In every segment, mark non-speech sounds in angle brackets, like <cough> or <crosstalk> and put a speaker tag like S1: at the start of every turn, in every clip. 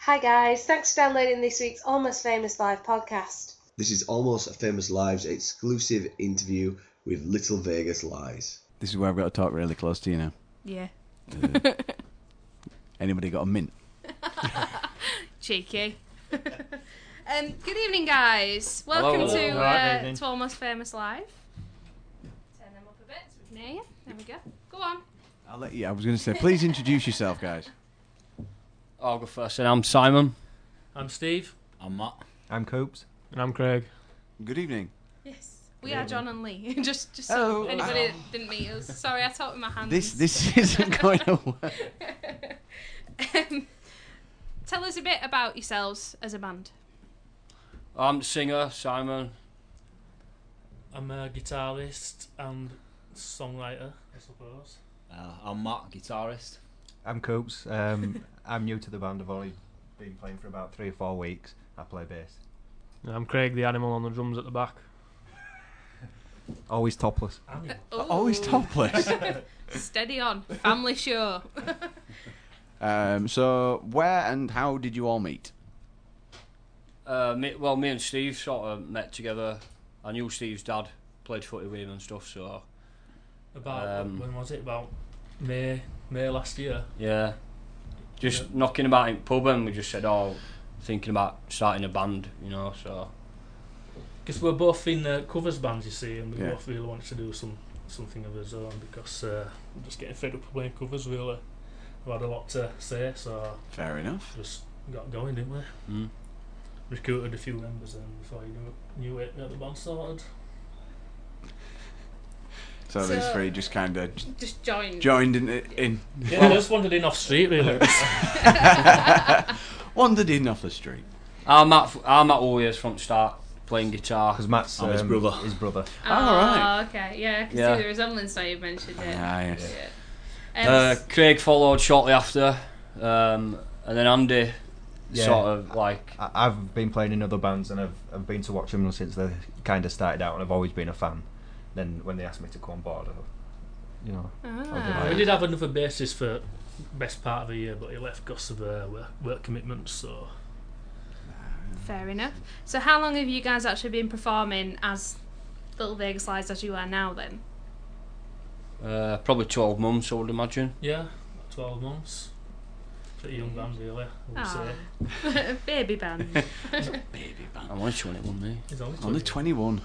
S1: Hi guys, thanks for downloading this week's Almost Famous Live podcast.
S2: This is Almost Famous Live's exclusive interview with Little Vegas Lies.
S3: This is where I've got to talk really close to you now.
S4: Yeah.
S3: Anybody got a mint?
S4: Cheeky. <laughs> um, good evening, guys. Welcome
S5: Hello.
S4: to
S5: Hello, good
S4: uh,
S5: evening.
S4: to Almost Famous Live. Turn them up a bit so we can hear you. There we go. Go on.
S3: I'll let you. I was going to say, please introduce yourself, guys.
S5: I'll go first, and I'm Simon.
S6: I'm Steve.
S7: I'm Matt.
S8: I'm Copes.
S6: And I'm Craig.
S3: Good evening.
S4: Yes. We are John and Lee. <laughs> just just
S3: Hello.
S4: so anybody that didn't meet us. Sorry, I talked with my hands.
S3: Oh, This this isn't going to <laughs> work.
S4: <laughs> um, tell us a bit about yourselves as a band.
S5: I'm the singer, Simon.
S6: I'm a guitarist and songwriter, I suppose.
S7: Uh, I'm Matt, guitarist.
S8: I'm Copes. Um, <laughs> I'm new to the band. I've only been playing for about three or four weeks. I play bass.
S6: I'm Craig, the animal on the drums at the back.
S8: Always topless.
S3: Always
S4: Ooh.
S3: Oh, topless.
S4: Steady on. Family show.
S3: <laughs> Um, so, where and how did you all meet?
S5: Uh, me, well, me and Steve sort of met together. I knew Steve's dad played footy with him and stuff, so
S6: About
S5: Um,
S6: when was it? About May, May last year.
S5: yeah. Just
S6: Yeah.
S5: knocking about in pub, and we just said, "Oh, thinking about starting a band," you know. So
S6: Because we're both in uh, covers bands, you see, and we
S3: Yeah.
S6: both really wanted to do some something of our own because uh, I'm just getting fed up of playing covers. Really, I've had a lot to say, so
S3: Fair enough.
S6: just got going, didn't we?
S7: Hmm.
S5: mm.
S6: Recruited a few members, and before you knew, knew it, we had the band sorted.
S3: So,
S4: So-
S3: these three just kind of
S4: <laughs> Just join.
S3: joined in, in
S6: Yeah, I just wandered in off street, really.
S3: wandered in off the street.
S5: I'm Matt. f- I'm Matt Warriors from the start playing guitar.
S8: Because Matt's
S7: I'm his
S8: um,
S7: brother. <laughs>
S8: His brother.
S4: Oh,
S3: All right.
S4: okay. Yeah, because
S5: Yeah.
S4: see the resemblance now you've mentioned it.
S3: Ah, yes.
S4: Yeah.
S5: Uh,
S4: Um,
S5: Craig followed shortly after, um, and then Andy
S8: Yeah.
S5: sort of like
S8: I- I've been playing in other bands and I've, I've been to watch them since they kind of started out and I've always been a fan. Then when they asked me to come on board, I, you know,
S4: ah.
S6: We did have another bassist for best part of the year, but he left because of uh, work, work commitments. So
S4: Fair enough. So, how long have you guys actually been performing as Little Vegas Lies as you are now? Then
S5: uh, probably 12 months, I would imagine.
S6: yeah, about twelve months. Pretty young band, really. I would
S4: Ah.
S6: say.
S4: <laughs> baby band,
S5: I'm only 21 now.
S6: He's only
S3: Only
S6: 20.
S3: 21.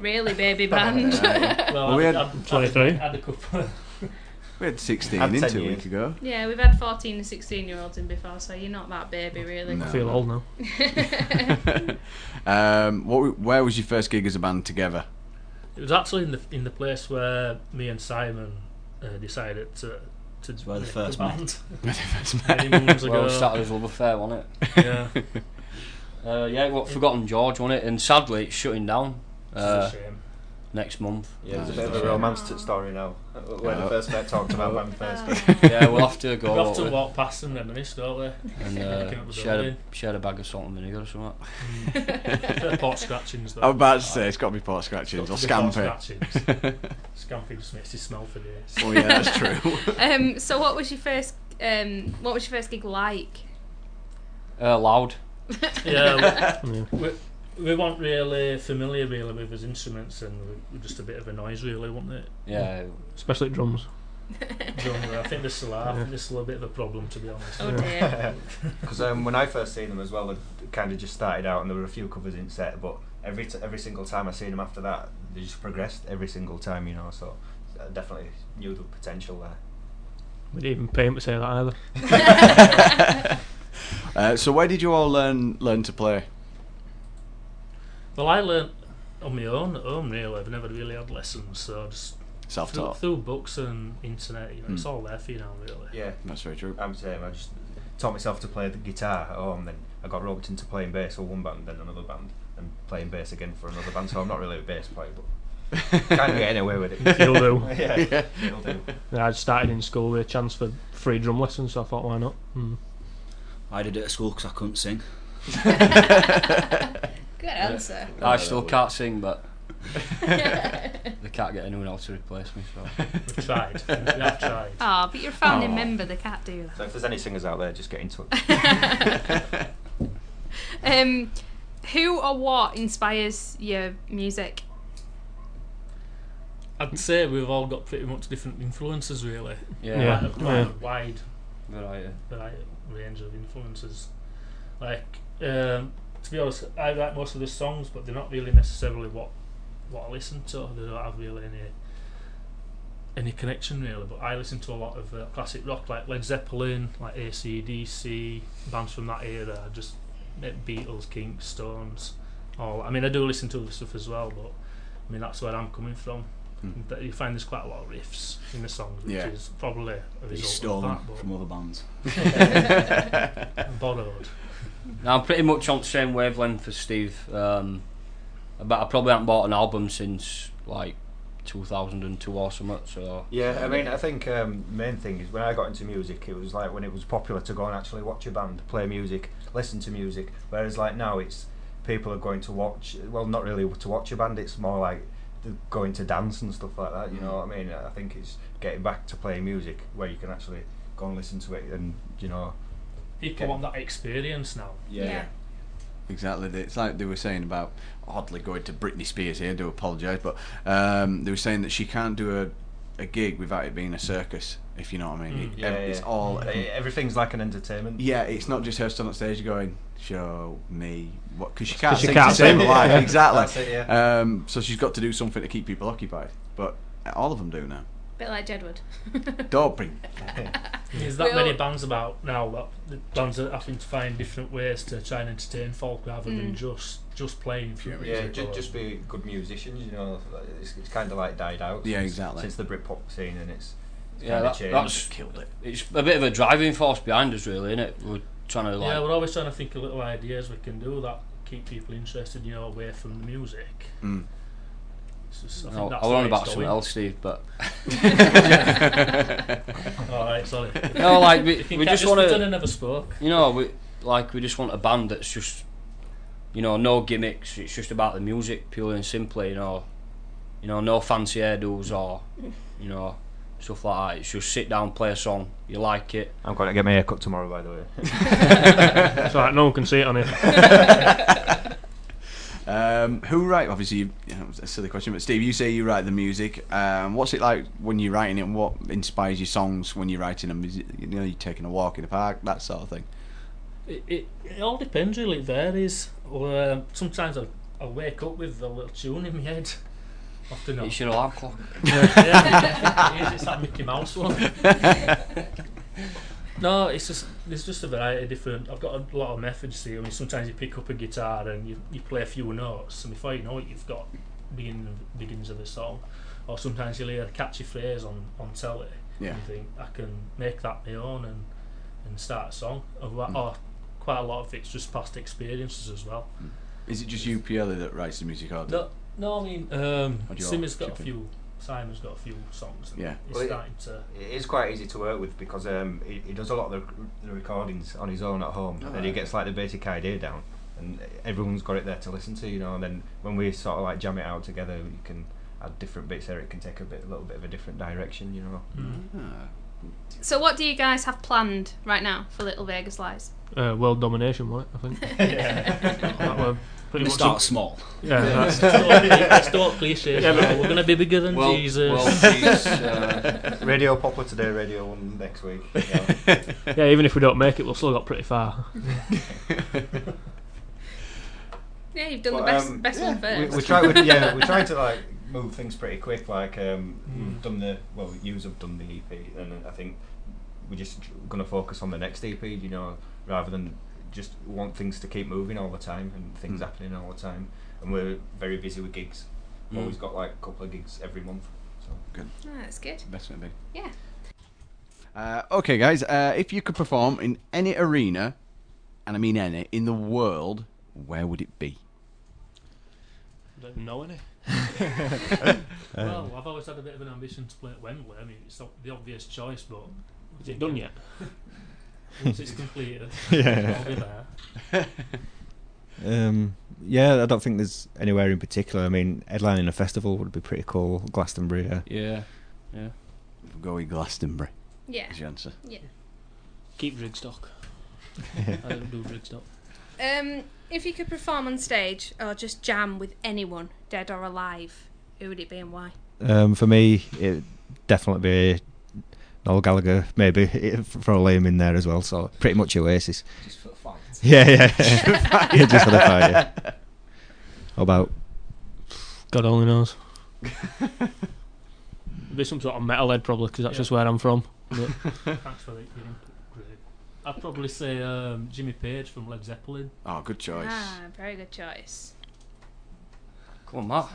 S4: really baby band.
S6: Well,
S3: Well, we
S6: I, had,
S3: had
S6: I, had,
S8: 23.
S6: I had a couple.
S3: Um, We had 16
S8: Had 10
S3: into a
S8: years.
S3: week ago.
S4: <laughs> yeah, we've had fourteen and sixteen year olds in before, so you're not that baby really.
S3: No.
S6: feel old now.
S4: <laughs>
S3: <laughs> um, what, where was your first gig as a band together?
S6: It was actually in the in the place where me and Simon uh, decided to to
S7: where they
S6: make
S7: first
S6: the
S7: met.
S3: <laughs>
S6: band many moons ago.
S5: Well, it started as Love Affair, wasn't
S6: <laughs>
S5: it?
S6: yeah,
S5: Uh, yeah, it was Forgotten George, wasn't it? And sadly, it's shutting down
S6: it's
S5: uh,
S6: a shame.
S5: next month.
S8: there's a
S3: it's
S8: bit of
S3: just-
S8: a romance t- story now. When I
S3: Oh.
S8: first met, talked about when we
S4: Ah.
S8: first met.
S9: <laughs>
S5: yeah, we'll
S6: <laughs>
S5: have to
S6: We
S5: go
S6: have
S5: won't
S6: to
S5: we?
S6: walk past and reminisce, don't we? <laughs>
S5: and
S6: Came up
S5: uh,
S6: with a
S5: share, a,
S6: building.
S5: share a bag of salt and vinegar or something.
S6: Fair pot scratchings though. Oh,
S3: I was about to say, it's got to be pot scratchings or
S6: It's got to be
S3: scampi.
S6: pot scratchings. Scampi just makes you smell for days.
S3: Oh yeah, that's true.
S4: um, so, what was your first? Um, what was your first gig like?
S5: Uh, loud.
S4: <laughs>
S6: yeah, we, we, we weren't really familiar really with his instruments, and we were just a bit of a noise really, wasn't it?
S5: Yeah,
S10: especially drums.
S6: Genre. I think this will, I think this will a bit of a problem to be honest.
S4: oh dear.
S8: Because um, when I first seen them as well, they kind of just started out, and there were a few covers in set. But every t- every single time I seen them after that, they just progressed every single time, you know. So I definitely knew the potential there.
S10: We didn't even pay him to say that either.
S3: <laughs> Uh, so where did you all learn learn to play?
S6: Well, I learnt on my own at home really. I've never really had lessons, so just
S3: Self
S6: through,
S3: taught.
S6: through books and internet. You know, it's
S3: Hmm.
S6: all there for you now really.
S8: Yeah,
S3: That's very true. <laughs>
S8: I'm saying I just taught myself to play the guitar at home. Then I got roped into playing bass for one band, then another band, and playing bass again for another band. So I'm not really a bass player, but kind of getting away with
S10: <laughs>
S3: <laughs>
S8: it.
S10: You'll do.
S8: <laughs> yeah,
S3: Yeah.
S8: it'll do.
S10: Yeah, I started in school with a chance for free drum lessons, so I thought, why not? Mm.
S2: I did it at school because I couldn't sing.
S4: Good answer.
S5: I still
S2: Uh,
S5: can't
S2: <laughs>
S5: sing, but they can't get anyone else to replace me. So
S6: We've tried. we have tried.
S4: Oh, but you're a founding
S3: Aw.
S4: member. They can't do that.
S8: So if there's any singers out there, just get in touch.
S4: Um, who or what inspires your music?
S6: I'd say we've all got pretty much different influences really.
S5: yeah, uh,
S10: Yeah.
S6: Quite a- quite a wide
S5: Right, yeah.
S6: like range of influences. Like um, to be honest, I write most of the songs, but they're not really necessarily what what I listen to. They don't have really any any connection really. But I listen to a lot of uh, classic rock, like Led Zeppelin, like AC/DC, bands from that era. Just eh, Beatles, Kinks, Stones. All I mean, I do listen to other stuff as well, but I mean that's where I'm coming from.
S3: Hmm.
S6: That You find there's quite a lot of riffs in the songs, which
S3: Yeah.
S6: is probably a
S2: It's
S6: result
S2: stolen
S6: of that,
S2: from other bands.
S6: but borrowed.
S5: Now, I'm pretty much on the same wavelength as Steve. Um, but I probably haven't bought an album since like 2002 or something. So
S8: Yeah, I mean, I think um, main thing is when I got into music, it was like when it was popular to go and actually watch a band, play music, listen to music. Whereas like now, it's people are going to watch. Well, not really to watch a band. It's more like they're going to dance and stuff like that. You
S3: Mm.
S8: know what I mean? I think it's getting back to playing music where you can actually go and listen to it, and you know.
S6: people want that experience now.
S4: Yeah.
S3: Exactly. It's like they were saying about oddly going to Britney Spears here. I do apologise, but um, they were saying that she can't do a a gig without it being a circus. If you know what I mean,
S6: Mm.
S3: It-
S8: Yeah,
S3: ev- it's
S8: yeah.
S3: all.
S8: Eh, Everything's like an entertainment.
S3: Yeah, it's not just her standing on stage going, "Show me what," because she can't
S10: 'cause she
S3: sing
S10: can't
S3: to save her
S10: sing.
S3: life.
S10: Yeah.
S3: Exactly.
S8: <laughs> That's it,
S3: um, so she's got to do something to keep people occupied. But all of them do now.
S4: bit like Jedward.
S3: Don't bring
S6: There's that
S4: Well-
S6: many bands about now that the bands are having to find different ways to try and entertain folk rather than just just playing for
S8: Yeah,
S6: music.
S8: just,
S6: or-
S8: just be good musicians, you know. It's, it's kind of like died out.
S3: Yeah,
S8: since,
S3: exactly.
S8: Since the Britpop scene, and it's, it's
S5: yeah,
S8: kind of
S5: that,
S8: changed.
S5: that's
S3: killed it.
S5: it's a bit of a driving force behind us, really, isn't it? We're trying to like
S6: yeah, we're always trying to think of little ideas we can do that keep people interested, you know, away from the music.
S3: Mm.
S6: It's just- I
S5: I
S6: think
S5: know-
S6: that's
S5: I
S6: the way
S5: want
S6: it's
S5: about something
S6: going.
S5: else, Steve,
S6: <laughs>
S5: but
S6: All right,
S5: <laughs>
S6: sorry.
S5: no, like we,
S6: You
S5: we
S6: can't
S5: just want
S6: pretend I
S5: to,
S6: never spoke.
S5: you know, we like we just want a band that's just, you know, no gimmicks. It's just about the music, purely and simply. You know, you know, no fancy hairdos or, you know, stuff like that. It's just sit down, play a song. You like it?
S8: I'm going to get my hair cut tomorrow, by the way.
S10: It's alright, no one can see it on here.
S3: Um, who write? Obviously, you, you know, it's a silly question, but Steve, you say you write the music. Um, what's it like when you're writing it? and What inspires your songs when you're writing them? Is it, you know, you're taking a walk in the park, that sort of thing.
S6: It, it, it all depends really. It varies. Or, um, sometimes I I wake up with a little tune in my head. Often not.
S5: It's your alarm clock.
S6: <laughs> yeah, it is. It's that Mickey Mouse one. no, it's just there's just a variety of different. I've got a lot of methods here. I mean, sometimes you pick up a guitar and you, you play a few notes, and before you know it, you've got begin beginnings of a song. Or sometimes you'll hear a catchy phrase on on telly,
S3: Yeah.
S6: and you think I can make that my own and and start a song. Or, or quite a lot of it's just past experiences as well.
S3: Is it just you purely that writes the music, or do-
S6: No, no, I mean, um,
S3: Or do you
S6: Simon's got
S3: all
S6: a
S3: chip in?
S6: few. Simon's got a few songs. And
S3: Yeah.
S6: he's
S8: Well, it-
S6: starting to.
S8: <laughs> It is quite easy to work with because um, he, he does a lot of the, rec- the recordings on his own at home, and he gets like the basic idea down, and everyone's got it there to listen to, you know. And then when we sort of like jam it out together, you can add different bits there. It can take a bit, a little bit of a different direction,
S5: <laughs>
S8: you know.
S3: Ah.
S4: so, what do you guys have planned right now for Little Vegas Lies?
S11: uh, world domination, wasn't it? I
S6: <laughs>
S11: think that were pretty
S2: They
S11: much.
S2: start small.
S11: yeah, that's-
S6: That's all cliche.
S11: Yeah, but-
S6: we're gonna be bigger than
S5: Well,
S6: Jesus.
S5: well, geez,
S6: <laughs>
S5: uh,
S9: Radio Poplar today, Radio One next week. Yeah.
S11: <laughs> yeah, even if we don't make it, we'll still got pretty far.
S4: Yeah, you've done
S9: But,
S4: the best,
S9: um,
S4: best
S9: yeah,
S4: one
S9: we,
S4: first.
S9: we try, we,
S4: <laughs>
S9: yeah, we try to like move things pretty quick. Like um,
S8: Hmm.
S9: we've done the well, yous have done the EP, and I think we're just going to focus on the next EP. You know, rather than just want things to keep moving all the time and things
S8: Hmm.
S3: Mm.
S9: happening all the time. And we're very busy with gigs.
S8: Hmm.
S9: We've Always got like a couple of gigs every month. So
S4: Ah, that's good.
S3: Best one,
S4: Yeah.
S3: Uh, okay, guys, uh, if you could perform in any arena, and I mean any, in the world, where would it be?
S11: Don't know <laughs> any. Um,
S6: well, I've always had a bit of an ambition to play at Wembley. I mean, it's not the obvious choice, but
S11: Is it done yet?
S6: <laughs> once it's completed, I'll be there.
S8: Um, yeah, I don't think there's anywhere in particular. I mean, headlining a festival would be pretty cool. Glastonbury, uh, yeah.
S5: yeah,
S3: We'll go with Glastonbury.
S4: Yeah.
S3: Is your answer?
S11: Keep Drigstock. I don't do Drigstock.
S4: Um, if you could perform on stage or just jam with anyone, dead or alive, who would it be and why?
S8: Um, for me, it definitely be Noel Gallagher. Maybe <laughs> throw Liam in there as well. So pretty much Oasis.
S2: Just for the fight.
S8: Yeah, yeah, <laughs> yeah. Just for the fire. Yeah. How about
S11: God only knows. It'd be some sort of metalhead probably, because that's
S6: Yeah.
S11: just where I'm from. <laughs>
S6: Thanks for the your input, Greg. I'd probably say um, Jimmy Page from Led Zeppelin.
S3: Oh, good choice.
S4: Ah, very good choice.
S5: come on,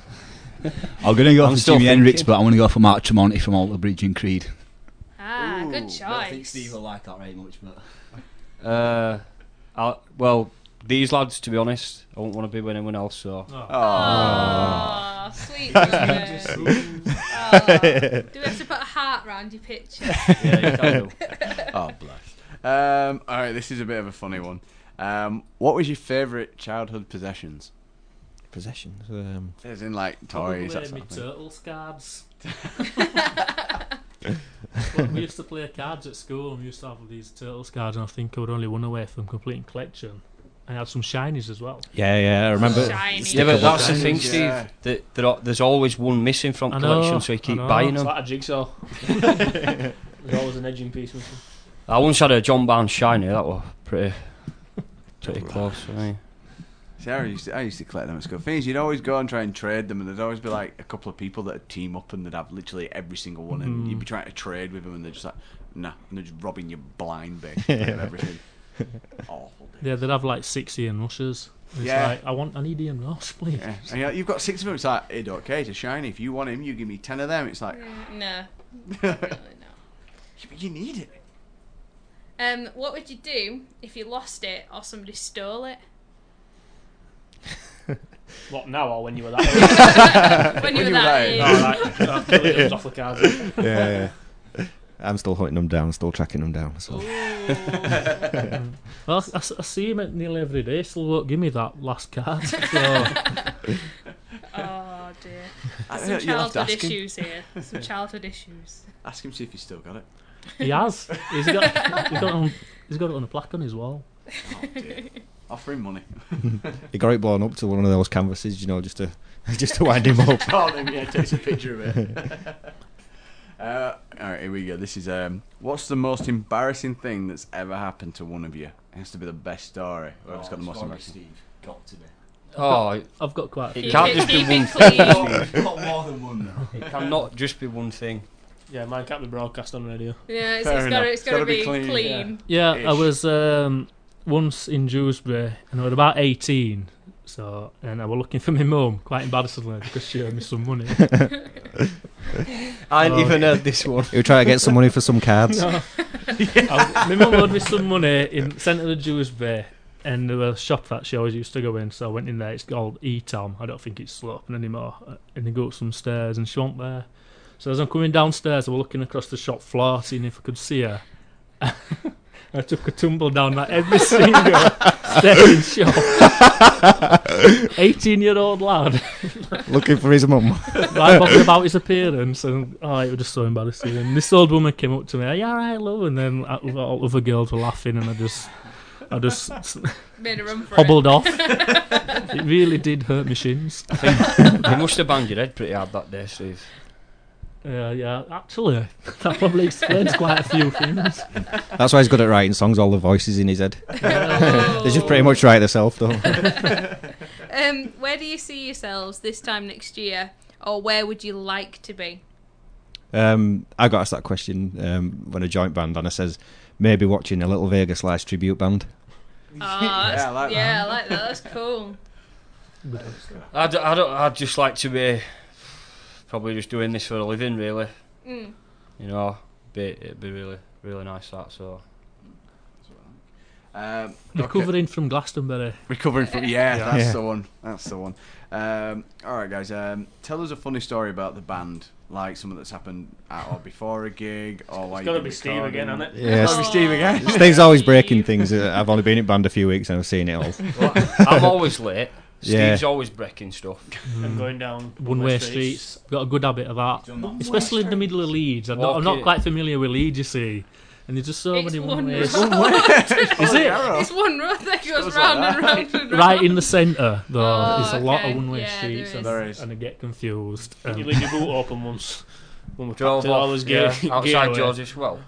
S5: Matt.
S2: I'm going to go
S5: I'm
S2: for
S5: still
S2: Jimi Hendrix,
S5: thinking.
S2: but I'm going to go for Mark Tremonti from Alter Bridge and Creed.
S4: Ah,
S3: Ooh,
S4: good choice.
S2: I think Steve will like that very much, but
S5: Uh, I, well, these lads, to be honest, I wouldn't want to be with anyone
S6: <laughs>
S5: else. So
S6: Oh,
S4: <laughs>
S3: Oh.
S4: Oh, <laughs> sweet. Just,
S9: <laughs>
S4: Do we have to put a heart round your picture?
S5: yeah, you can do.
S3: oh, bless. Um, all right, this is a bit of a funny one. Um, what was your favourite childhood possessions?
S8: possessions? Um,
S3: As in, like,
S6: probably
S3: toys, that
S6: me
S3: sort of thing.
S6: turtles cards.
S11: <laughs>
S6: Well, we used to play cards at school, and we used to have these turtles cards, and I think I would only one away from completing collection. I had some shinies
S11: <laughs>
S6: as well. <laughs>
S8: yeah, yeah. I remember.
S4: Shiny.
S5: <laughs> Yeah, but that's the
S3: buttons,
S5: thing, Steve.
S3: yeah.
S5: That there are, there's always one missing from
S6: I
S5: collection,
S6: know,
S5: so you
S6: I
S5: keep
S6: know.
S5: buying
S11: It's
S5: them.
S11: like a jigsaw. There's always an edging piece missing.
S5: I once had a John Barnes shiny. That was pretty, pretty close. For me.
S3: See, I used, to, I used to collect them at school. Thing is, you'd always go and try and trade them, and there'd always be like a couple of people that'd team up and they'd have literally every single one, and you'd be trying to trade with them, and they're just like, nah, and they're just robbing you blind, basically, of everything. Awful. dude.
S6: Yeah, they'd have like six Ian Rushes. It's
S3: Yeah.
S6: like, I want, I need Ian Rush, please.
S3: Yeah. And you're like, you've got six of them. It's like, it okay, it's a shiny. If you want him, you give me ten of them. It's like,
S4: no. Definitely not.
S3: "Yeah, but you need it.
S4: <laughs> Um, what would you do if you lost it or somebody stole
S3: <laughs>
S4: it?
S11: What now or when you were that
S6: <laughs>
S11: age?
S4: When you were
S3: you Oh,
S4: that
S3: right? <laughs>
S4: age.
S11: All right, that's really comes off the cards.
S8: Yeah, <laughs> yeah. <laughs> I'm still hunting them down. Still tracking them down. So
S2: Oh.
S6: Well, I, s- I see him at nearly every day. Still won't give me that last card. <laughs> So
S4: Oh dear.
S3: <laughs> I-
S4: Some
S3: you'll have to
S4: childhood
S3: ask him.
S4: issues here.
S3: <laughs>
S4: Some childhood issues.
S3: Ask him see if he's still got it.
S6: he has. He's got. He's got, it on, he's got it on a plaque on his wall.
S3: Offer him money.
S8: he got it blown up to one of those canvases, you know, just to <laughs> just to wind him
S2: <laughs>
S8: up.
S2: Oh,
S3: Call him. Yeah, takes a picture of it. Uh, all right, here we go. This is um, what's the most embarrassing thing that's ever happened to one of you? It has to be the best story. Whoever's got the most embarrassing.
S2: Steve got to be.
S5: Oh, it,
S6: I've got quite. A
S5: it
S6: few.
S5: can't
S4: it-
S5: just be
S4: keep
S5: one
S4: it
S5: thing. Steve.
S2: Got more than one now.
S5: It cannot just be one thing.
S11: Yeah, mine can't be broadcast on radio.
S4: Yeah, it's,
S3: Fair
S4: it's
S3: enough.
S4: gotta, it's gotta, be, clean.
S6: Yeah, I
S3: Ish.
S6: was um, once in Dewsbury, and I was about eighteen. So, and I was looking for my mum, quite embarrassingly, because she owed me some money.
S5: I ain't
S6: Oh.
S5: even heard this <laughs> one.
S8: He was trying to get some money for some
S2: <laughs>
S8: cards.
S6: No. I- my mum owed me some money in the centre of Dewsbury, and there was a shop that she always used to go in. So I went in there. It's called Etam. I don't think it's still open anymore. Uh, And they go up some stairs, and she wasn't there. So as I'm coming downstairs, I was looking across the shop floor, seeing if I could see her. <laughs> I took a tumble down that every <laughs> single stair in shop. <laughs> Eighteen-year-old lad,
S8: Looking for his
S2: <laughs>
S8: mum.
S6: like bothered about his appearance, and oh, it was just so embarrassing. And this old woman came up to me, "Are you all right, love?" And then uh, all the other girls were laughing, and I just I just s-
S4: Made a run for
S6: hobbled
S4: <laughs> it.
S6: off. it really did hurt my shins.
S9: you must have banged your head pretty hard that day, Steve.
S6: Uh, yeah, actually, <laughs> that probably explains quite a few things.
S8: That's why he's good at writing songs. All the voices in his head. they just
S2: Oh.
S8: pretty much write themselves, though.
S4: Um, where do you see yourselves this time next year, or where would you like to
S3: <laughs>
S4: be?
S8: Um, I got asked that question um, when a joint band, and I says maybe watching a Little Vegas Lights tribute band.
S4: Oh, that's-
S3: I like that.
S4: yeah, I like that. That's cool.
S9: I don't, I don't, I'd just like to be probably just doing this for a living, really.
S4: Mm.
S9: You know, be, it'd be really, really nice that. So
S3: Um, okay.
S6: Recovering from Glastonbury.
S3: Recovering from yeah, that's
S8: Yeah.
S3: the one. That's the one. Um, all right, guys. Um, tell us a funny story about the band, like something that's happened at or before a gig, or like
S5: It's got to be Steve again, hasn't it?
S8: Yes,
S4: Oh,
S3: Steve again.
S8: <laughs> Steve's always breaking things. Uh, I've only been at band a few weeks, and I've seen it all.
S9: Well, I'm always late.
S8: Yeah.
S9: Steve's always breaking stuff.
S5: And going down
S6: One way streets. We've got a good habit of that. Especially in the middle of Leeds. I'm not, I'm
S9: Walk
S6: not
S9: it.
S6: quite familiar with Leeds, you see. And there's just so
S4: It's
S6: many
S4: one
S6: ways.
S4: road.
S6: One way. Is it?
S4: It's one road that goes
S3: Goes like
S4: round
S3: that.
S4: and round and round.
S6: Right in the centre, though.
S4: Oh,
S6: There's a lot
S4: okay.
S6: of one way
S4: Yeah,
S6: streets.
S4: there
S6: and-
S3: There is.
S6: And I get confused.
S5: You
S6: Um,
S5: leave your boot
S6: <laughs>
S5: open once. When we
S9: Drove
S5: to
S9: off,
S5: Lala's
S9: yeah,
S5: gate,
S9: outside
S5: gateway.
S9: George's. Well,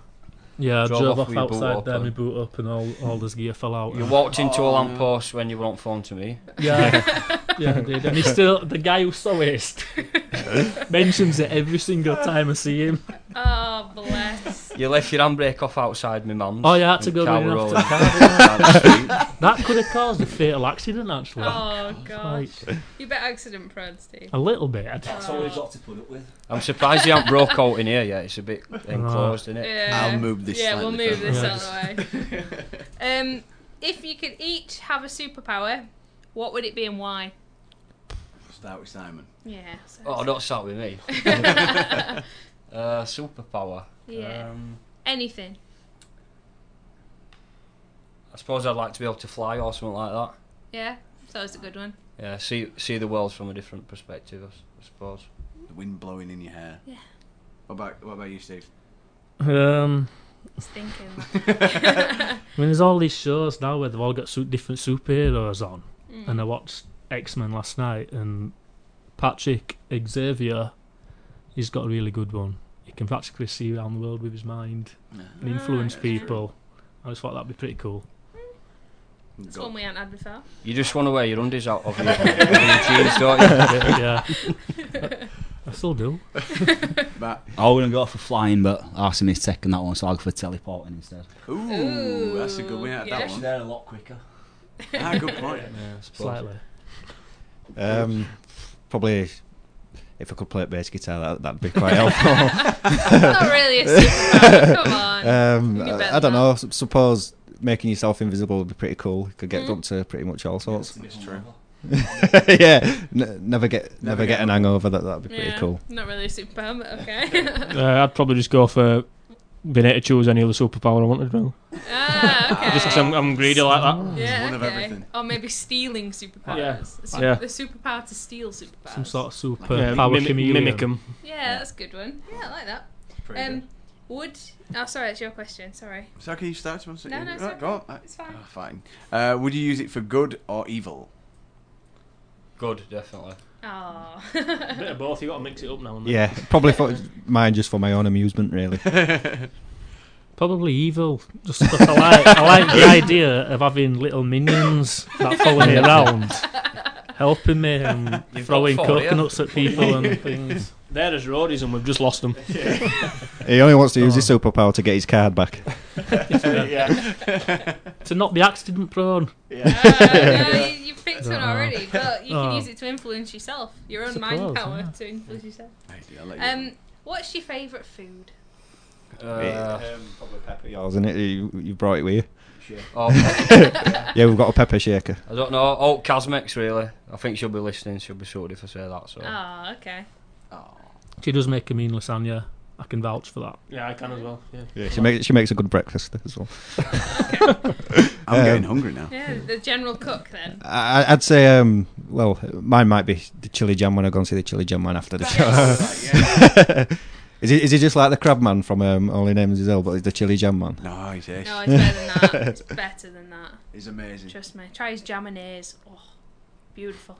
S6: yeah, I
S9: Drove
S6: drove
S9: off
S6: off
S9: with your boot
S6: outside there,
S9: open.
S6: my boot up, and all, all this gear fell out.
S9: you
S6: And-
S9: walked into a
S3: Oh,
S9: lamp
S3: no.
S9: post when you were on phone to me. <laughs>
S6: Yeah, yeah, I did. And he still, the guy who saw it <laughs> mentions it every single time I see him.
S4: Oh,
S6: <laughs>
S4: bless.
S9: You left your handbrake off outside my mum's.
S6: Oh, yeah, I had to
S9: and
S6: go
S9: car
S6: running
S9: were <laughs>
S6: after
S9: rolling
S6: the
S9: down the street.
S6: That could have caused a fatal accident, actually.
S4: Oh, gosh.
S6: Like,
S4: You bet accident prone, Steve.
S6: a little bit. I'd-
S2: That's all we've got to put up with.
S9: I'm surprised you haven't broke out in here yet. It's a bit
S6: Oh.
S9: enclosed, isn't it?
S4: Yeah.
S3: I'll move this.
S4: Yeah, we'll
S3: slightly
S4: move
S3: further.
S4: this out of the
S3: <laughs>
S4: way. um, if you could each have a superpower, what would it be and why?
S2: Oh.
S3: Start with Simon.
S4: Yeah. so-
S9: Oh, don't start
S4: <laughs>
S9: with me. <laughs> uh, superpower.
S4: yeah.
S9: Um,
S4: Anything.
S9: I suppose I'd like to be able to fly or something like that.
S4: Yeah. That was a good one.
S9: Yeah, see see the world from a different perspective, I, s- I suppose.
S3: The wind blowing in your hair.
S4: Yeah.
S3: What about what about you, Steve?
S6: Um,
S4: It's
S6: <laughs>
S4: thinking.
S6: I mean, there's all these shows now where they've all got su- different superheroes on,
S4: Mm.
S6: and I watched X Men last night, and Patrick Xavier, he's got a really good one. He can practically see around the world with his mind and influence
S4: Ah, yeah.
S6: people. I just thought that'd be
S4: <laughs>
S6: pretty cool.
S4: It's one we haven't had
S6: <laughs>
S4: before.
S9: You just want to wear your undies out of your, <laughs> of your jeans, don't you?
S6: yeah, I still do.
S3: Matt.
S2: I wouldn't go for flying, but Artemis taken that one, so I'll go for teleporting instead.
S3: Ooh, that's a good win out of that
S4: Yeah.
S3: one.
S2: they're a lot quicker.
S3: Ah, good
S2: <laughs>
S3: point.
S9: Yeah, I suppose.
S6: Slightly.
S8: Um, probably if I could play bass guitar, that, that'd be quite helpful.
S4: <laughs>
S8: <laughs>
S4: Not really a superpower. Come on.
S8: Um,
S4: You can bet
S8: I, I don't
S4: that.
S8: know. s- Suppose making yourself invisible would be pretty cool. You could
S4: Hmm.
S8: get up to pretty much all sorts.
S3: It's true.
S8: <laughs> yeah, n- never get never,
S3: Never
S8: get,
S3: get
S8: an hangover. That that'd be pretty
S4: yeah.
S8: cool.
S4: Not really a superpower, but
S3: <laughs>
S4: okay. <laughs>
S12: Uh, I'd probably just go for being able to choose any other superpower I wanted. Really.
S4: ah, okay.
S12: Just 'cause I'm, I'm greedy like that.
S4: yeah,
S3: one of
S4: okay.
S3: everything.
S4: Or maybe stealing superpowers.
S12: Yeah.
S4: A super-
S12: Yeah.
S4: The superpower to steal superpowers.
S6: Some sort of super
S12: Yeah,
S6: power
S12: mimic,
S6: chameleon.
S12: mimic 'em.
S4: Yeah, that's a good one. Yeah, I like that. Um, would oh sorry, it's your question. Sorry,
S3: So can you start? Someone say-
S4: No, no,
S3: Right,
S4: sorry.
S3: go on.
S4: it's fine.
S3: Ah, fine. Uh, would you use it for good
S9: <laughs>
S3: or evil?
S9: Good, definitely.
S3: <laughs>
S4: Oh,
S5: Bit of both, you got to mix it up now and then.
S8: Yeah, probably for mine just for my own
S4: <laughs>
S8: amusement, really.
S6: Probably evil. Just 'cause I like, I like the idea of having little minions that follow me around, helping me and
S9: <laughs> You've
S6: throwing
S9: got four, yeah?
S6: coconuts at people
S9: <laughs>
S6: and things.
S12: They're as roadies and we've just lost them.
S8: He only wants to use his superpower to get his card back.
S6: To not be accident prone.
S4: Ah, no, you, you picked one already, but you can
S6: Oh.
S4: use it to influence yourself. Your own mind
S6: Suppose,
S4: power
S6: yeah.
S4: to influence yourself.
S3: Hey, I'll let you-
S4: Um, what's your favourite food?
S9: Uh,
S8: probably pepper yours, isn't it? You, you brought it with you.
S9: oh,
S8: Yeah, we've got a pepper shaker.
S9: I don't know. Oh, Casmex, really. I think she'll be listening. She'll be sorted if I say that. So
S4: Oh, okay.
S3: Oh.
S6: She does make a mean lasagna. I can vouch for that.
S5: Yeah, I can as well. Yeah.
S8: Yeah, she makes she makes a good breakfast as well.
S3: I'm
S8: um,
S3: getting hungry now.
S4: Yeah, the general cook then.
S8: I, I'd say, um,
S4: Oh,
S8: well, mine might be the chili jam when I go and see the chili jam man after the show. <laughs> Is he, is he just like the crab man from um, Only Names Is Ill, but he's the chili jam man?
S3: No, he's ace.
S4: No, it's better than that. It's better than that.
S3: He's amazing.
S4: Trust me. Try his jam and airs. Oh, beautiful.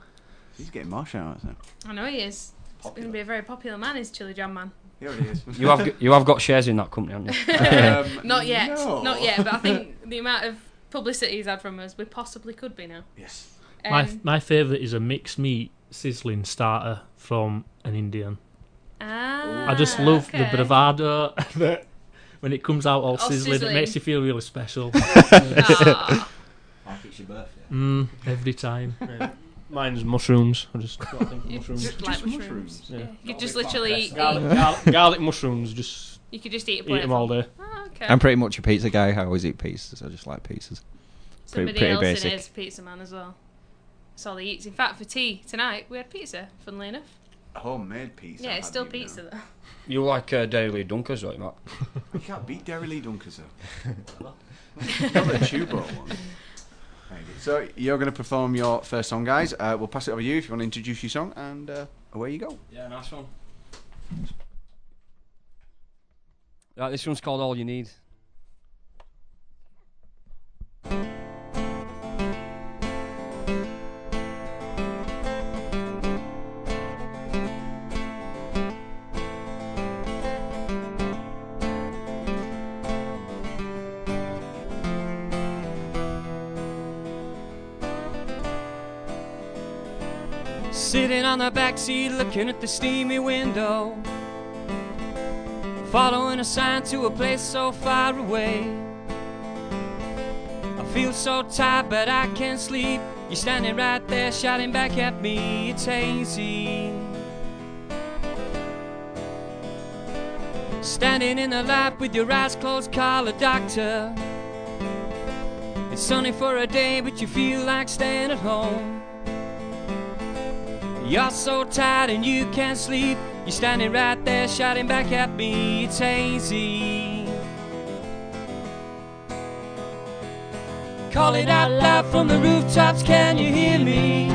S3: He's getting more shout-outs now.
S4: I know he is. He's going to be a very popular man, is Chili Jam Man.
S3: He already is.
S9: <laughs>
S3: Um,
S9: You
S3: <laughs>
S9: have g- you have got shares in that company, haven't
S4: <laughs>
S9: you?
S4: Not yet.
S3: no.
S4: Not yet, but I <laughs> think the amount of publicity he's had from us, we possibly could be now.
S3: Yes.
S4: Um,
S6: my my favourite is a mixed meat sizzling starter from an Indian.
S4: ah,
S6: I just love the
S4: okay.
S6: bravado <laughs> that when it comes out all,
S4: All
S6: sizzling,
S4: sizzling.
S6: it makes you feel
S4: <laughs>
S6: really special.
S4: Ah.
S2: Like it's your birthday.
S6: mm, every time.
S12: Mine's mushrooms. I just got to think of
S4: You
S12: mushrooms.
S4: just like mushrooms.
S12: Yeah.
S4: Yeah. You could just literally eat.
S12: Garlic, garlic, garlic mushrooms. Just
S4: You could just eat a plate.
S12: eat them all day.
S4: Oh, okay.
S8: I'm pretty much a pizza guy. I always eat pizzas. I just like pizzas.
S4: Somebody
S8: pretty
S4: else
S8: basic.
S4: in here is a pizza man as well. That's all he eats. In fact, for tea tonight we had pizza. Funnily enough,
S3: Homemade pizza.
S4: yeah, it's
S3: how
S4: still
S3: do you
S4: pizza
S3: know?
S4: though.
S9: You like uh, Daily Dunkers, right, Matt?
S3: You can't beat Derry Lee
S4: <laughs>
S3: Dunkers though. Not the tuba one. Very good. So you're going to perform your first song, guys. Uh, we'll pass it over to you if you want to introduce your song, and uh, away you go.
S9: Yeah, nice one. Right, this one's called All You Need. Sitting on the back seat looking at the steamy window. Following a sign to a place so far away. I feel so tired, but I can't sleep. You're standing right there, shouting back at me. It's hazy. Standing in the light with your eyes closed, call a doctor. It's sunny for a day, but you feel like staying at home. You're so tired and you can't sleep. You're standing right there shouting back at me. It's hazy. Call it out loud from the rooftops. Can you hear me?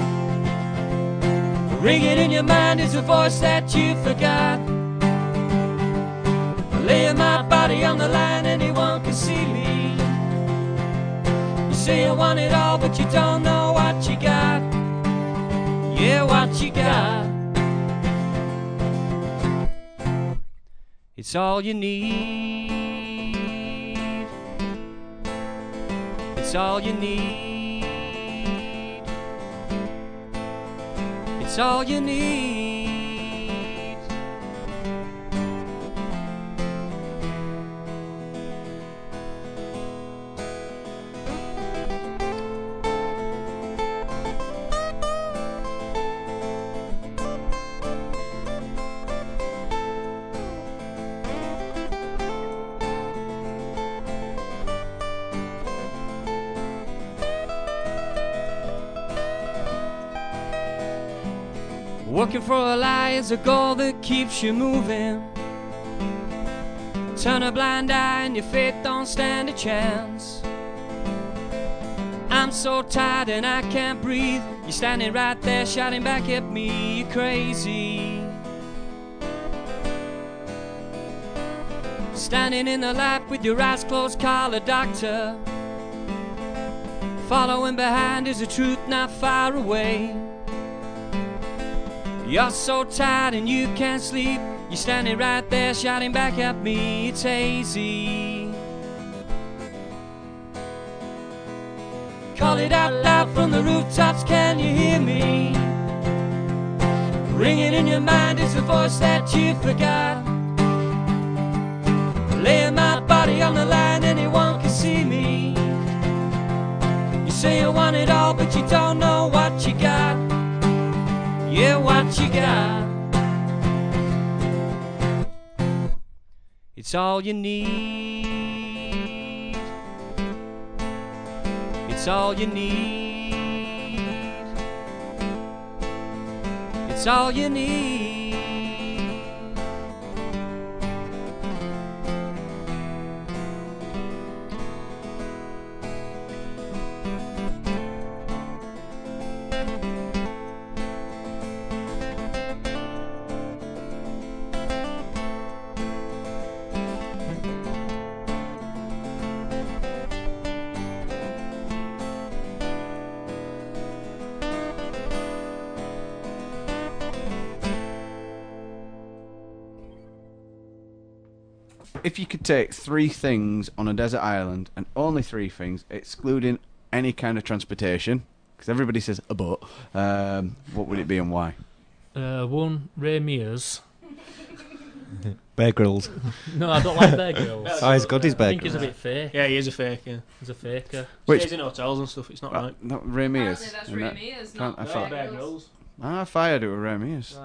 S9: Ringing in your mind is a voice that you forgot. I lay my body on the line, anyone can see me. You say you want it all, but you don't know what you got. Yeah, what you got? It's all you need. It's all you need. It's all you need. Working for a lie is a goal that keeps you moving. Turn a blind eye and your faith don't stand a chance. I'm so tired and I can't breathe. You're standing right there shouting back at me, you're crazy. Standing in the light with your eyes closed, call a doctor. Following behind is the truth not far away. You're so tired and you can't sleep. You're standing right there shouting back at me. It's hazy. Call it out loud from the rooftops. Can you hear me? Ringing in your mind is the voice that you forgot. Laying my body on the line, anyone can see me. You say you want it all, but you don't know what you got. Yeah, what you got? It's all you need. It's all you need. It's all you need.
S3: if you could take three things on a desert island, and only three things, excluding any kind of transportation, because everybody says a boat, um, what would it be and why?
S6: Uh, one, Ray Mears.
S8: Bear <laughs> Grylls.
S6: No, I don't like
S12: <laughs>
S6: Bear Grylls.
S8: oh, he's got his
S6: I
S8: Bear
S6: think he's a
S8: Grylls.
S6: bit fake.
S12: Yeah, he is a fake. Yeah,
S6: he's a faker.
S3: Which-
S12: Stays in hotels and stuff. It's not
S3: Uh,
S12: right.
S3: not Ramirez.
S4: Apparently Oh, that's
S3: isn't it?
S4: Ramirez,
S3: Can't-
S4: not
S3: I
S4: Bear
S3: thought-
S4: Grylls. Bear Grylls.
S3: Ah, I thought I do a Ramirez.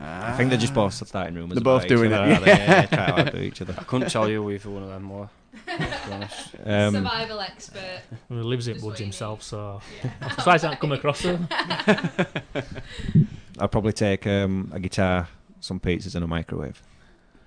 S3: Ah,
S8: I think they're just both starting rumours.
S3: They're both
S8: about
S3: doing
S8: each other,
S3: it.
S8: aren't they? Yeah, try to outdo
S12: <laughs>
S8: each other.
S9: I couldn't tell you either one of them were.
S4: <laughs>
S9: to be
S3: Oh,
S9: honest.
S8: Um,
S4: Survival expert.
S6: Well, he lives in woods himself, so
S3: Um,
S4: <laughs>
S6: I'm surprised I haven't come across him.
S8: I'd probably take um, a guitar, some pizzas, and a microwave.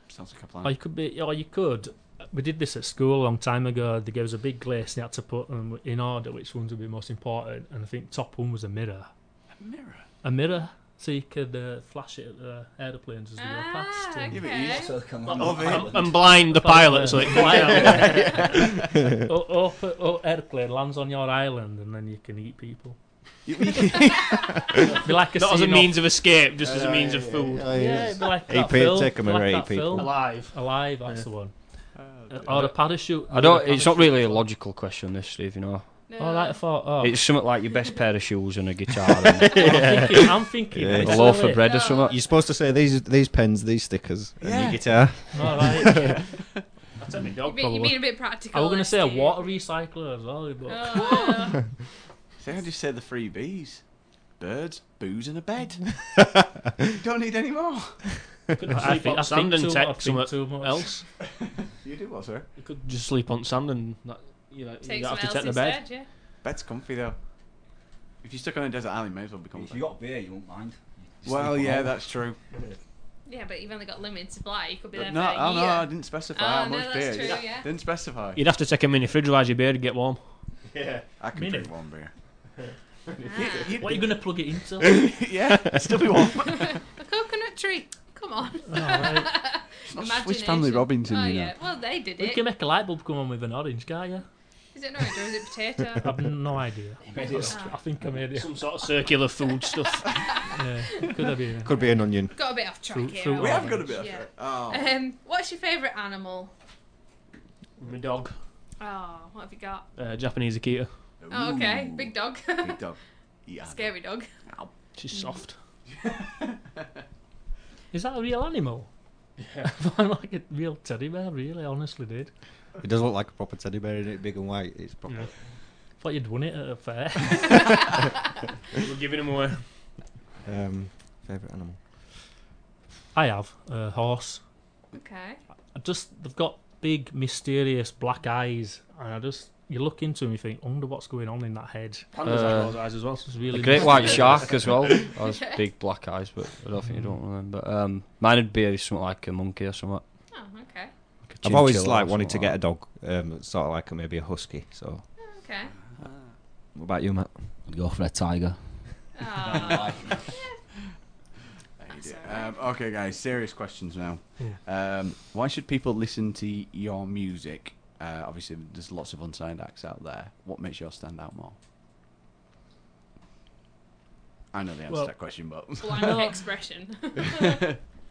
S3: Sounds like a
S6: Or you could be, or you could. We did this at school a long time ago. They gave us a big list and you had to put them in order which ones would be most important. And I think top one was a mirror.
S3: A mirror?
S6: A mirror. So you could uh, flash it at the aeroplanes as they go
S8: Ah.
S6: past. and-
S4: Yeah,
S6: <laughs>
S4: but you- Ah, okay. So they come on
S6: Over
S4: the
S6: it.
S4: pilot.
S3: Um,
S12: And blind the pilot so it
S3: <laughs>
S12: can
S6: Yeah.
S12: count.
S6: oh, oh, oh, oh, airplane lands on your island and then you can eat people.
S12: <laughs>
S6: Be like a
S12: Not as a
S6: scene
S12: means
S6: off-
S12: of escape, just as
S8: Oh,
S12: a means of food.
S6: Yeah, it'd be like
S12: Eight people,
S6: that film.
S12: take 'em
S6: like
S12: away,
S6: that
S12: eight people.
S6: film.
S12: Alive.
S6: alive. Oh, That's
S12: Yeah.
S6: the one. or a parachute.
S9: I don't. It's not really a logical question, this Steve. You know.
S6: No. Oh, like I thought, oh.
S9: It's something like your best pair of shoes and a guitar. and-
S6: I'm thinking- I'm thinking
S9: Yeah,
S6: it's
S9: a loaf
S6: silly.
S9: of bread or something.
S8: You're supposed to say these these pens, these stickers, and
S6: Yeah.
S8: your guitar.
S6: All <laughs> right.
S12: I'll take my dog,
S4: You're being- you're being a bit practical.
S6: I was going to say a
S4: Steve.
S6: water recycler as well,
S4: <laughs>
S6: but <laughs>
S4: Oh.
S3: See, I just say the three B's: birds, booze, and a bed. Don't need any more.
S12: I think, I think
S6: too
S12: and
S6: much, I
S12: take
S6: think
S12: something
S6: too much.
S12: else.
S3: you do what, sir?
S12: You could just sleep on sand and that, you, know,
S4: Take
S12: you don't have to take
S4: something
S12: the
S4: else
S12: bed.
S4: instead, yeah.
S3: Bed's comfy though. If you're stuck on a desert island, may as well be comfy.
S2: If you got beer, you won't mind. You
S3: well,
S2: sleep on
S3: yeah,
S2: all.
S3: that's true.
S4: Yeah, but you've only got limited supply. You could be
S3: No,
S4: there for a
S3: oh, no,
S4: year.
S3: I didn't specify
S4: oh,
S3: how
S4: no,
S3: much beer.
S4: that's True,
S3: Yeah,
S4: yeah.
S3: Didn't specify.
S12: You'd have to take a mini frigerizer beer to get warm.
S3: Yeah, I can
S6: Mini.
S3: drink one beer.
S6: what are you going to plug it into?
S12: <laughs>
S3: yeah, it'd still be warm.
S4: a coconut tree. Come on.
S6: right.
S3: It's not Swiss Family
S4: Imagination.
S3: Robinson,
S4: Oh,
S3: you know.
S4: yeah. Well, they did
S6: We
S4: it.
S6: can make a light bulb come on with an orange,
S12: <laughs>
S6: can't you?
S4: Is it an orange or is it potato?
S6: <laughs> I've no idea.
S12: made it
S4: up.
S6: I think I made it.
S12: Some sort of circular food stuff.
S6: <laughs> Yeah, could have been.
S8: Could be an onion.
S4: Got a bit off track
S6: Fruit-
S4: here.
S6: fruit
S4: haven't
S6: We have got a
S3: bit off track.
S4: Yeah. Um, what's your favourite animal?
S12: My dog,
S4: Oh, what have you got?
S12: uh, Japanese Akita.
S4: <laughs> Oh, okay. Big dog. <laughs>
S3: Big dog. Yeah.
S4: Scary dog.
S12: She's <laughs> soft.
S6: Is that a real animal? Yeah. <laughs> I'm like a real teddy bear, really, honestly, did.
S8: It does look like a proper teddy bear, isn't it? Big and white. It's proper.
S6: Thought you'd won it at a fair.
S12: <laughs> We're giving him away.
S8: Um, favorite animal.
S6: I have a horse.
S4: Okay.
S6: I just they've got big, mysterious black eyes, and I just you look into them, you think, I wonder what's going on in that head.
S12: Pandas
S9: Uh,
S12: have those eyes as well.
S6: It's really
S9: A great white
S6: mysterious.
S9: shark as
S12: <laughs>
S9: well. Has big black eyes, but I don't think you don't remember. But um, mine would be something like a monkey or something.
S4: Oh, okay.
S9: Like a
S8: I've always
S9: chinchilla or
S8: like wanted to
S9: something
S8: get a
S9: like
S8: dog, um, sort of like maybe a husky. So,
S4: Okay.
S6: <laughs>
S8: what about you, Matt?
S2: I'd go for a tiger.
S4: Oh.
S3: Thank you, dear. Um, okay, guys, serious questions now. Um, why should people listen to your music? Uh, obviously, there's lots of unsigned acts out there. What makes yours stand out more? I know the answer
S6: Well-
S3: to that question, but
S4: Blank
S6: <laughs>
S4: expression.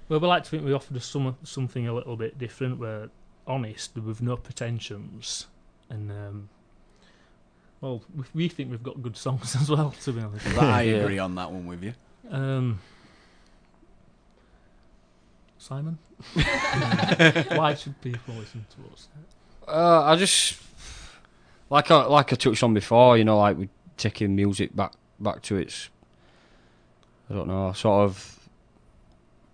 S6: Well, we like to think we offered us some, something a little bit different. We're honest, with no pretensions, and um, well, we, we think we've got good songs <laughs> as well. To be honest,
S3: But I agree on that one with you.
S6: Um,
S3: <laughs>
S6: Simon, why should people listen to us?
S9: Uh, I just like I like I touched on before, you know, like we taking music back back to its I don't know, sort of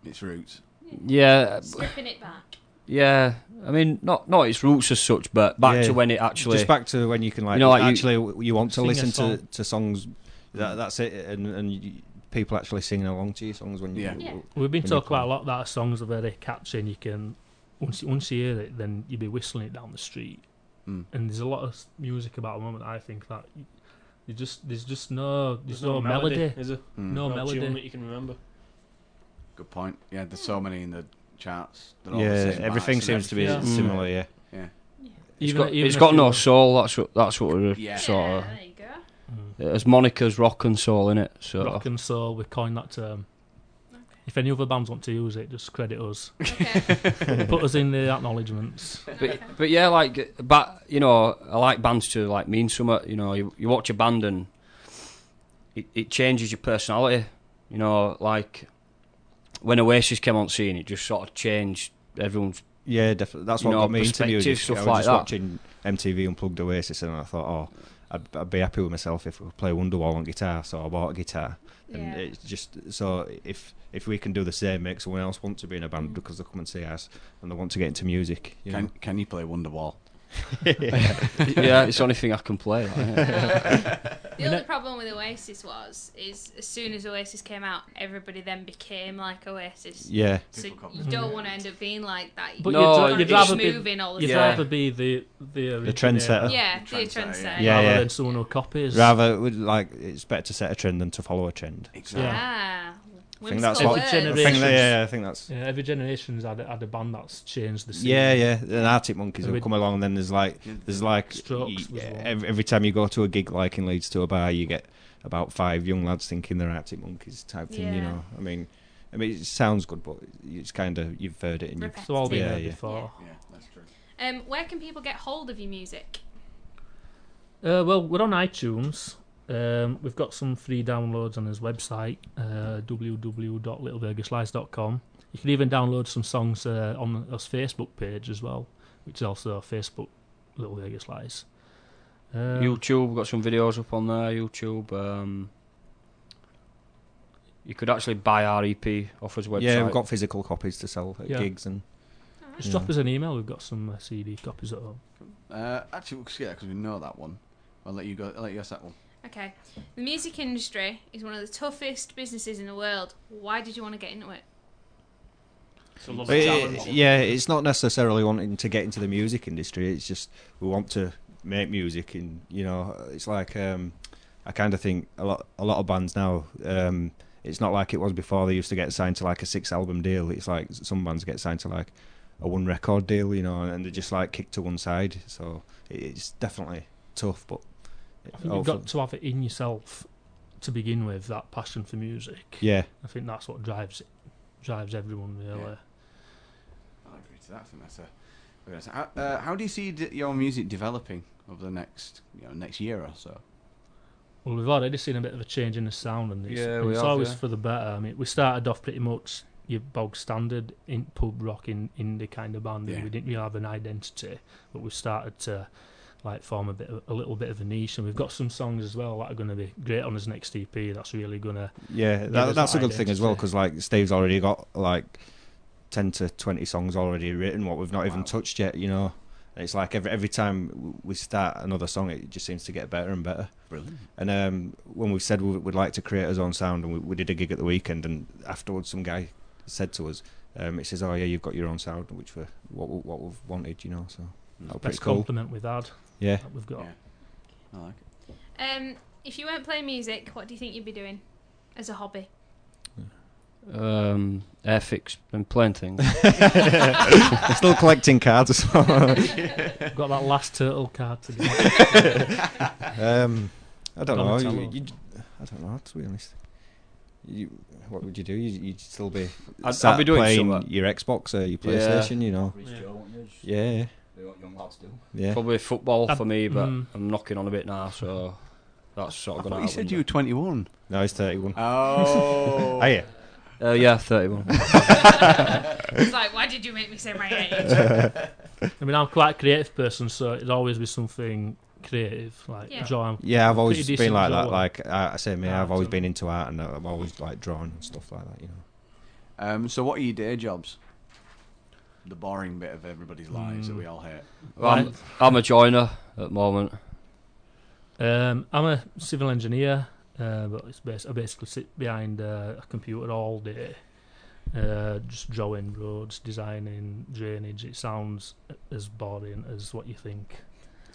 S3: Its roots.
S9: yeah,
S4: Stripping it back.
S9: yeah. I mean, not not its roots as such, but back
S8: Yeah.
S9: to when it actually
S8: Just back to when you can like,
S9: You know, like, you-
S8: actually you, want to
S6: Sing a
S8: listen to,
S6: song.
S8: to songs. That, that's it, and and you, people actually singing along to your songs when you.
S3: Yeah.
S4: Yeah.
S6: We've been
S8: When you
S6: talking
S8: play.
S6: about a lot that songs are very catchy, and you can once you, once you hear it, then you'll be whistling it down the street.
S8: Hmm.
S3: Mm.
S6: And there's a lot of s- music about the moment. I think that you, you just there's just no there's,
S12: There's no melody, is there?
S3: Mm.
S6: No,
S12: No tune that
S6: melody.
S12: you can remember.
S3: Good point. Yeah, there's so many in the charts. They're all the
S8: Yeah,
S3: same
S8: everything
S3: artists
S8: Mm.
S3: and
S8: seems to be
S6: Yeah.
S3: everything.
S8: similar. Yeah,
S3: Yeah.
S9: it's
S6: Even-
S9: got,
S6: even
S9: it's
S6: if
S9: got
S6: you
S9: no
S6: were-
S9: soul. That's what that's what we're
S3: Yeah.
S9: sort of.
S4: Yeah, there you go.
S6: Mm.
S9: It's Monica's rock and soul in it. So
S6: Rock and soul, we coined that term.
S4: Okay.
S6: If any other bands want to use it, just credit
S8: <laughs>
S6: us. <laughs> Put us in the acknowledgements. <laughs>
S9: But, but yeah, like, but you know, I like bands to like mean something. You know, you, you watch a band and it, it changes your personality. You know, like when Oasis came on scene, it just sort of changed everyone's.
S8: Yeah, definitely. That's
S9: you
S8: what
S9: know,
S8: got me into music.
S9: perspective, Stuff
S8: I was
S9: like
S8: just
S9: that.
S8: watching MTV Unplugged Oasis, and I thought, oh, I'd, I'd be happy with myself if we could play Wonderwall on guitar. So I bought a guitar, and
S4: Yeah.
S8: it's just so if if we can do the same, make someone else want to be in a band because they come and see us and they want to get into music. You
S3: Can-
S8: know?
S3: can you play Wonderwall?
S9: <laughs> yeah, it's the only thing I can play. like, yeah.
S4: The only problem with Oasis was is as soon as Oasis came out, everybody then became like Oasis.
S8: <laughs> Yeah.
S4: So
S8: People
S4: you don't want to end up being like that. You
S6: Mm-hmm. But
S4: don't
S6: you'd,
S4: wanna
S6: you'd
S4: be
S6: rather be,
S4: moving all the
S6: you'd
S4: time.
S6: rather be the the, originator.
S8: trendsetter. <laughs>
S4: Yeah, The the trendsetter, trendsetter.
S8: Yeah,
S6: rather
S8: yeah.
S6: than someone who copies.
S8: Rather, would like it's better to set a trend than to follow a trend.
S6: Exactly.
S4: Yeah.
S8: I think that's what. I think
S6: Generations.
S8: that- yeah, I think that's
S6: Yeah, every generation's had, a- had a band that's changed the scene.
S8: Yeah, yeah. And Arctic Monkeys
S6: And
S8: will
S6: with-
S8: come along. Then there's like, there's like,
S6: Strokes
S8: y-
S6: was one.
S8: every, every time you go to a gig, like in Leeds to a bar, you get about five young lads thinking they're Arctic Monkeys type thing. You
S6: Yeah.
S8: know, I mean, I mean, it sounds good, but it's kind of you've heard it and you've
S4: Repetitive. It's all been
S8: yeah,
S4: heard
S8: yeah.
S6: before.
S3: Yeah, that's true.
S4: Um, where can people get hold of your music?
S6: Uh, well, we're on iTunes. Um, we've got some free downloads on his website, uh, www.littlevegaslice.com. You can even download some songs uh, on us Facebook page as well, which is also Facebook Little Vegas Lies. Um,
S9: YouTube, we've got some videos up on there. YouTube. Um, you could actually buy our EP off his website.
S8: Yeah, we've got physical copies to sell at
S6: Yeah.
S8: gigs and.
S6: just
S8: you
S6: drop
S8: know.
S6: us an email. We've got some uh, CD copies at home.
S3: Uh, actually, we'll yeah, because we know that one. I'll let you go. I'll let you ask that one.
S4: Okay. The music industry is one of the toughest businesses in the world. Why did you want to get into it?
S8: But it- Eh, yeah, it's not necessarily wanting to get into the music industry. It's just we want to make music, and you know, it's like um, I kind of think a lot a lot of bands now. Um, it's not like it was before. They used to get signed to like a six album deal. It's like some bands get signed to like a one record deal, you know, and they're just like kicked to one side. So it- it's definitely tough, but
S6: I think you've
S8: hopefully-
S6: got to have it in yourself to begin with that passion for music.
S8: Yeah.
S6: I think that's what drives it, drives everyone really.
S3: I agree to that. I think that's a. very nice- How, uh, how do you see d- your music developing over the next, you know, next year or so?
S6: Well, we've already seen a bit of a change in the sound, and it's,
S9: Yeah,
S6: and
S9: we
S6: it's
S9: have,
S6: always
S9: yeah.
S6: for the better. I mean, we started off pretty much your bog standard in pub rock in indie kind of band,
S3: Yeah.
S6: and we didn't really have an identity, but we've started to like form a bit, of, a little bit of a niche, and we've got some songs as well that are going to be great on his next EP. That's really going to
S8: Yeah, that, that's a good thing as well because like Steve's already got like ten to twenty songs already written, what we've not even touched yet. You know, and it's like every every time w- we start another song, it just seems to get better and better.
S3: Brilliant.
S8: And um, when we've said we, we'd like to create our own sound, and we, we did a gig at the weekend, and afterwards some guy said to us, um, "It says, oh yeah, you've got your own sound, which we what we- what we've wanted." You know, so that was pretty
S6: best
S8: cool.
S6: compliment we've had.
S8: Yeah.
S6: that we've got.
S3: I like
S4: Um, if you weren't playing music, what do you think you'd be doing as a
S8: <laughs>
S4: hobby?
S9: Um, Airfix and playing things.
S8: <laughs> Still collecting cards. so-
S6: got that last turtle card to
S8: um, I don't know. You,
S6: Donatello.
S8: you, I don't know. To be honest, you, what would you do? You, you'd still be
S9: I'd- I'd
S8: sat
S9: be doing
S8: playing
S9: something.
S8: your Xbox or your
S9: Yeah.
S8: PlayStation. You know.
S9: Reach Joe, wouldn't you?
S8: Yeah. yeah.
S9: Do what young lads do.
S8: Yeah.
S9: Probably football
S8: Uh,
S9: for me, but
S8: mm.
S9: I'm knocking on a bit now, so that's sort of
S3: I
S9: going
S3: thought
S9: to
S3: you said you were
S8: <laughs>
S3: 21.
S8: No, he's 31.
S3: Oh.
S8: Are you?
S9: Uh, yeah, 31.
S4: It's like, why did you make me say my
S8: <laughs>
S4: age?
S6: I mean, I'm quite a creative person, so it'd always be something creative, like
S4: Yeah.
S6: drawing.
S8: Yeah, I've
S6: Pretty
S8: always been
S6: decent
S8: like that.
S6: drawer.
S8: Like I I say, me,
S6: Ah,
S8: I've always
S6: so-
S8: been into art, and I've always like drawn and stuff like that. You know.
S3: Um, so, what are your day jobs? The boring bit of everybody's lives that
S6: Mm.
S8: Hmm.
S3: we all hate.
S9: Well, I'm, I'm a joiner at the moment.
S6: Um, I'm a civil engineer, uh, but it's bas- I basically sit behind uh, a computer all day, uh, just drawing roads, designing drainage. It sounds as boring as what you think.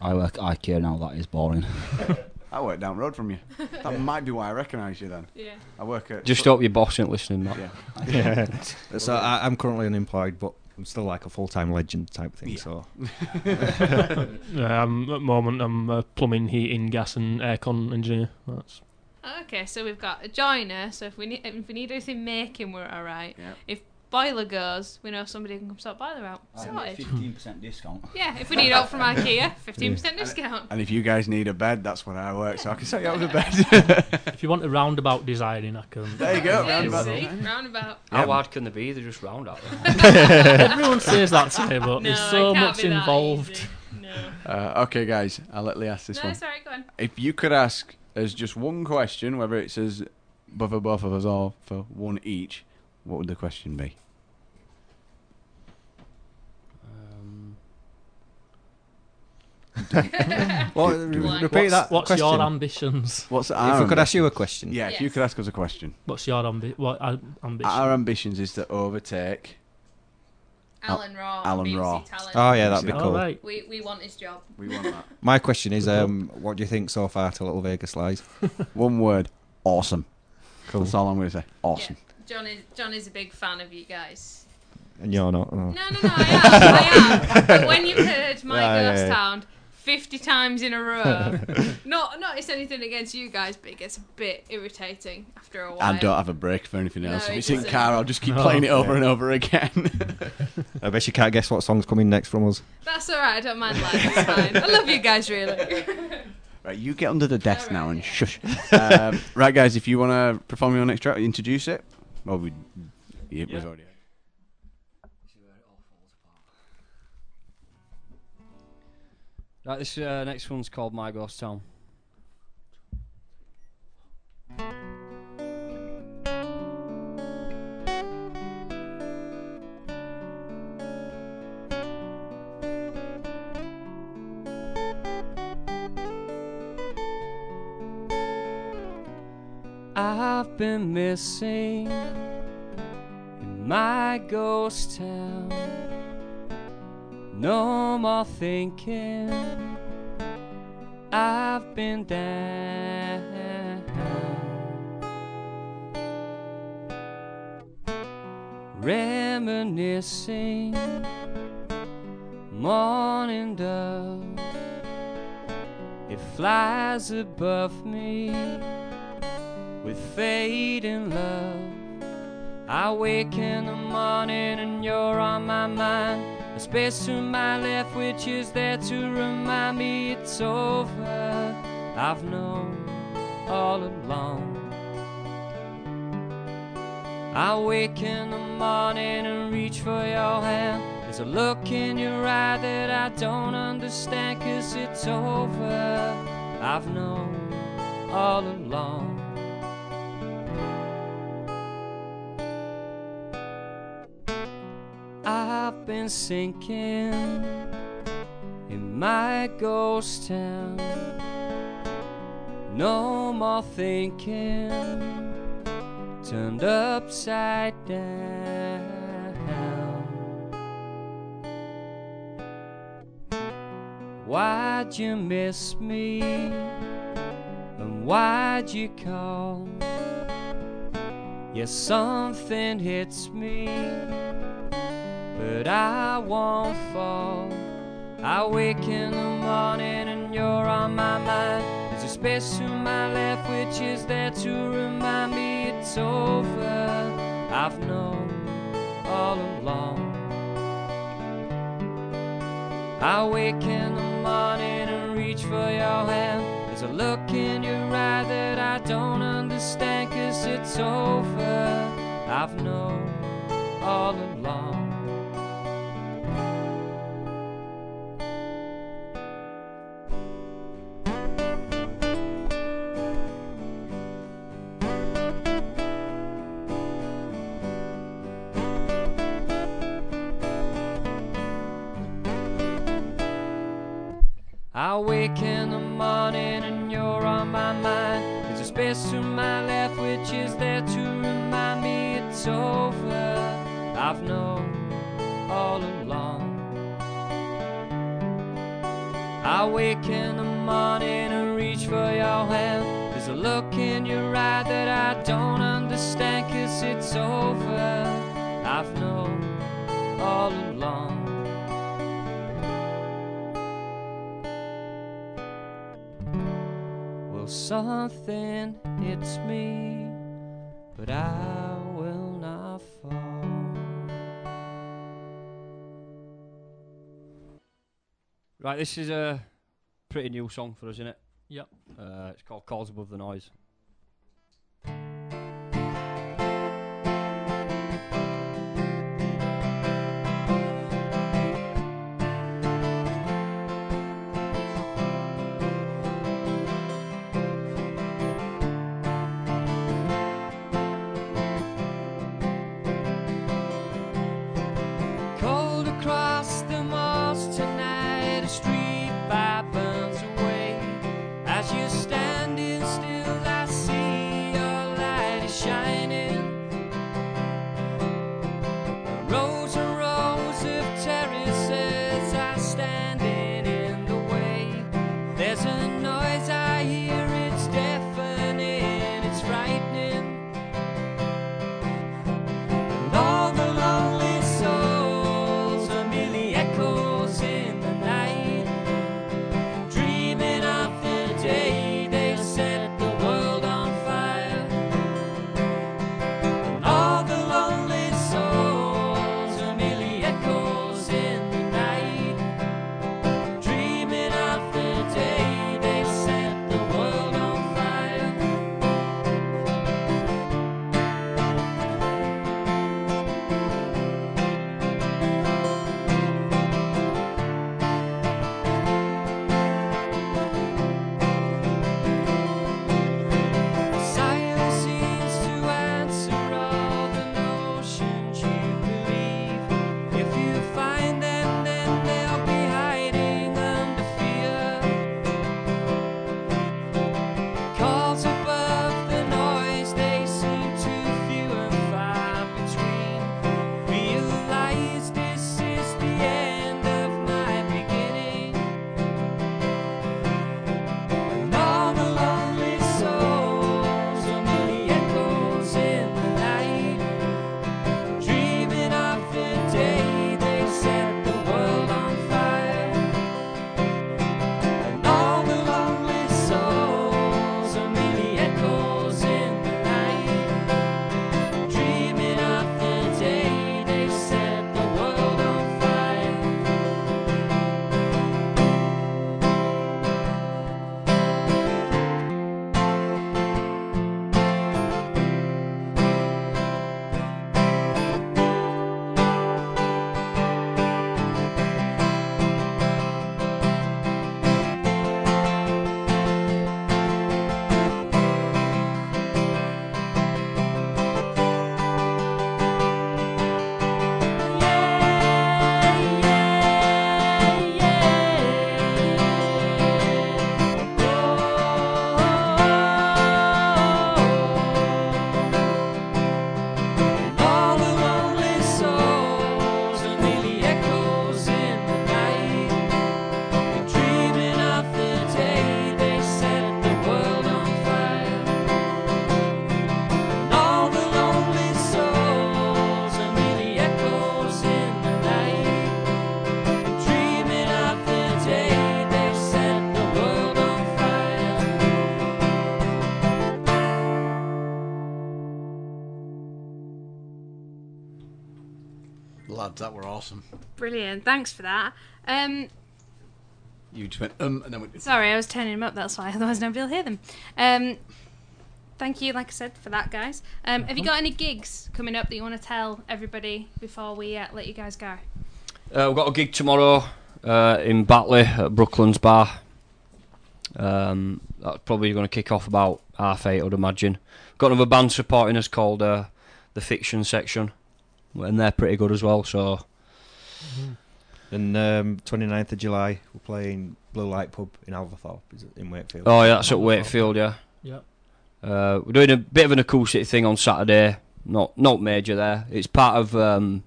S2: I work at IKEA now. That is boring.
S3: I work down the
S4: <laughs>
S3: road from you. That might be why I recognise you then.
S4: Yeah.
S3: I work at.
S9: Just hope your boss ain't listening, Matt.
S8: Yeah. <laughs> so I, I'm currently unemployed, but I'm still like a full-time legend type thing. So.
S12: um, at the moment, I'm a plumbing, heating, gas, and aircon engineer. That's
S4: Oh, Okay, so we've got a joiner. So if we need if we need anything making, we're all right.
S3: Yep.
S4: If boiler goes, we know somebody can come sort boiler out. Sorted.
S2: Fifteen percent discount.
S4: Yeah, if we need help from IKEA, fifteen percent discount.
S3: And if you guys need a bed, that's where I work, so I can set you up with a bed.
S6: if you want a roundabout designing, I can.
S3: There you go,
S6: I can do
S3: roundabout.
S6: that.
S4: See, roundabout.
S9: How hard can they be? They're just round out.
S6: <laughs> Everyone says that to me, but there's
S4: <laughs> No, it
S6: so
S4: can't
S6: much
S4: be that
S6: involved.
S3: <laughs> Uh, okay, guys, I'll let Lee ask this
S4: No,
S3: one.
S4: it's all right, go on.
S3: If you could ask as just one question, whether it says both for both of us all for one each, what would the question be?
S9: Um,
S8: Well,
S3: Do- do we-
S8: repeat that.
S6: What's
S8: question.
S6: your ambitions?
S3: What's
S8: If
S3: our
S8: I could ask you a
S3: ambitions?
S8: question.
S3: Yeah, if you
S4: Yes.
S3: could ask us a question.
S6: What's your ambi- what uh, ambition?
S3: Our ambitions is to overtake. Al-
S4: Alan Raw.
S3: Alan
S4: BBC
S3: Raw.
S4: Talent.
S8: Oh yeah, that'd be
S6: All
S8: cool.
S6: right.
S4: We <laughs> we want his job.
S3: We want that.
S8: My question is, um, what do you think so far to Little Vegas Lies?
S3: one word, awesome.
S8: Cool.
S3: That's all I'm going to say. Awesome.
S4: Yeah. John is John is a big fan of you guys.
S8: And you're not. oh. No.
S4: No, no, no, I am,
S3: <laughs>
S4: I am. But when you've heard my
S8: Yeah, yeah,
S4: ghost
S8: yeah.
S4: town fifty times in a
S3: <laughs>
S4: row, not not it's anything against you guys, but it gets a bit irritating after a while.
S3: I don't have a break for anything
S4: No,
S3: else. if
S4: it
S3: it's in
S4: doesn't.
S3: car, I'll just keep
S6: No.
S3: playing it over and over again. <laughs>
S8: I bet you can't guess what song's coming next from us.
S4: That's all right. I don't mind that. It's fine. I love you guys really.
S3: right, you get under the desk
S4: All
S3: now
S4: right,
S3: and
S4: yeah.
S3: shush. um, <laughs> right, guys, if you want to perform your next track, introduce it. Well, we, yeah,
S9: Yeah.
S3: we've already.
S9: right, this uh, next one's called My Ghost Town. I've been missing in my ghost town. No more thinking. I've been down. Reminiscing. Morning dove. It flies above me with fading love. I wake in the morning and you're on my mind. A space to my left, which is there to remind me it's over. I've known all along. I wake in the morning and reach for your hand. There's a look in your eye that I don't understand, cause it's over. I've known all along. I've been sinking in my ghost town. No more thinking, turned upside down. Why'd you miss me? And why'd you call? Yes, something hits me but I won't fall. I wake in the morning and you're on my mind. There's a space to my left which is there to remind me it's over. I've known all along. I wake in the morning and reach for your hand. There's a look in your eye that I don't understand, cause it's over. I've known all along. I wake in the morning and you're on my mind. There's a space to my left which is there to remind me it's over. I've known all along. I wake in the morning and reach for your hand. There's a look in your eye that I don't understand, cause it's over. I've known all along. Well,
S11: something hits me, but I will not fall.
S5: Right, this is a pretty new song for us, isn't it?
S6: Yep.
S5: Uh, it's called Calls Above the Noise.
S11: Cold across the moss tonight, a street fire burns away. As you're standing still, I see your light is shining. Rows and rows of terraces are standing in the way. There's a noise I hear, it's deafening, it's frightening. And all the lonely souls are merely echoes in the night, dreaming of the day they'll set the world on fire. And all the lonely souls are merely echoes in the night, dreaming of the day they'll set the world on fire. Silence seems to answer all the notions you believe. If you find them, then they'll be hiding under fear. Calls above the noise, they seem too few and far between. Realize this is the end of my beginning. And all the lonely souls are merely echoes in the night, dreaming of the day they set the world on fire. And all the lonely souls are merely echoes in the night, dreaming of the day they set the world on fire. All the lonely souls are merely echoes in the night, dreaming of the day they set the world on fire. And all the lonely souls are merely echoes in the night, dreaming of the day they set the world on fire.
S3: Lads, that were awesome.
S4: Brilliant. Thanks for that. Um,
S3: You just went um, and then went.
S4: sorry, I was turning them up. That's why. <laughs> Otherwise, nobody will hear them. Um, thank you, like I said, for that, guys. Um, have you got any gigs coming up that you want to tell everybody before we uh, let you guys go?
S5: Uh, we've got a gig tomorrow uh, in Batley at Brooklands Bar. Um, that's probably going to kick off about half eight, I'd imagine. Got another band supporting us called uh, the Fiction Section, and they're pretty good as well. So
S6: Mm-hmm.
S8: And um, 29th of July, we're playing Blue Light Pub in Alverthorpe, is it, in Wakefield.
S5: Oh yeah, that's at Wakefield, yeah.
S8: Yep.
S5: Uh, we're doing a bit of an acoustic thing on Saturday. Not not major there. It's part of um,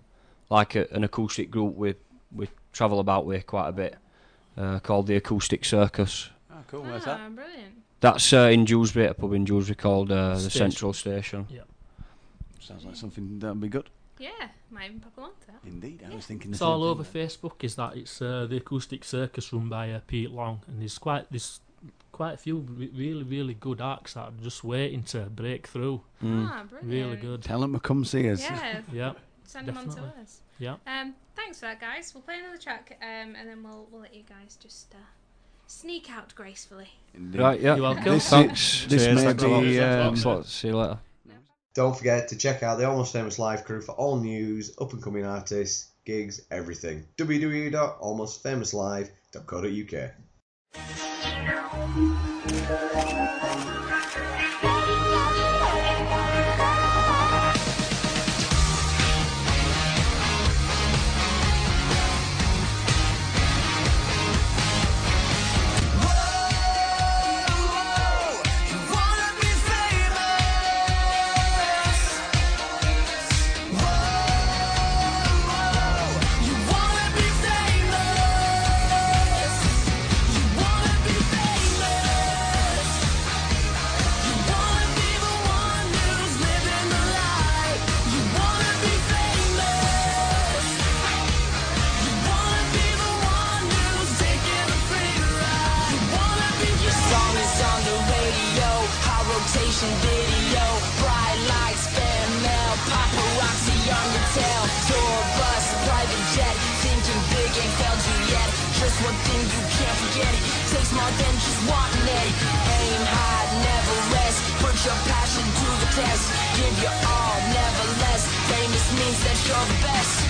S5: like a, an acoustic group we we travel about with quite a bit, uh, called the Acoustic Circus.
S3: Oh, cool. Where's
S4: Ah, brilliant.
S5: That's uh, in Dewsbury, at a pub in Dewsbury called uh, the
S3: Station.
S5: Central Station.
S3: that? Sounds like something that'd be good.
S4: Yeah, might even pop along to that.
S3: Indeed, I was thinking. the
S6: It's
S3: same
S6: all
S3: thing.
S6: over Facebook. Is that it's uh, the acoustic circus run by uh, Pete Long, and there's quite there's qu- quite a few re- really, really good acts that are just waiting to break through.
S11: Mm.
S4: Ah,
S6: Really
S4: brilliant.
S6: good.
S11: Tell 'em to come see us.
S4: Yeah.
S6: yeah.
S4: Send them on to
S6: definitely.
S4: us.
S6: Yeah.
S4: Um, thanks for that, guys. We'll play another track, um, and then we'll we'll let you guys just uh, sneak out gracefully.
S5: Right, yeah.
S6: You're welcome.
S5: This,
S6: Thanks.
S5: is, this
S6: Cheers,
S5: may
S6: thanks a lot.
S5: be. Um,
S6: Thanks a lot.
S5: see you later.
S3: Don't forget to check out the Almost Famous Live crew for all news, up and coming artists, gigs, everything. www.almostfamouslive.co.uk.
S1: Song is on the radio, high rotation video, bright lights, fan mail, paparazzi on your tail, tour bus, private jet, thinking big ain't failed you yet. Just one thing you can't forget, takes more than just wanting it. Aim high, never rest, put your passion to the test, give your all, never less. Famous means that you're the best.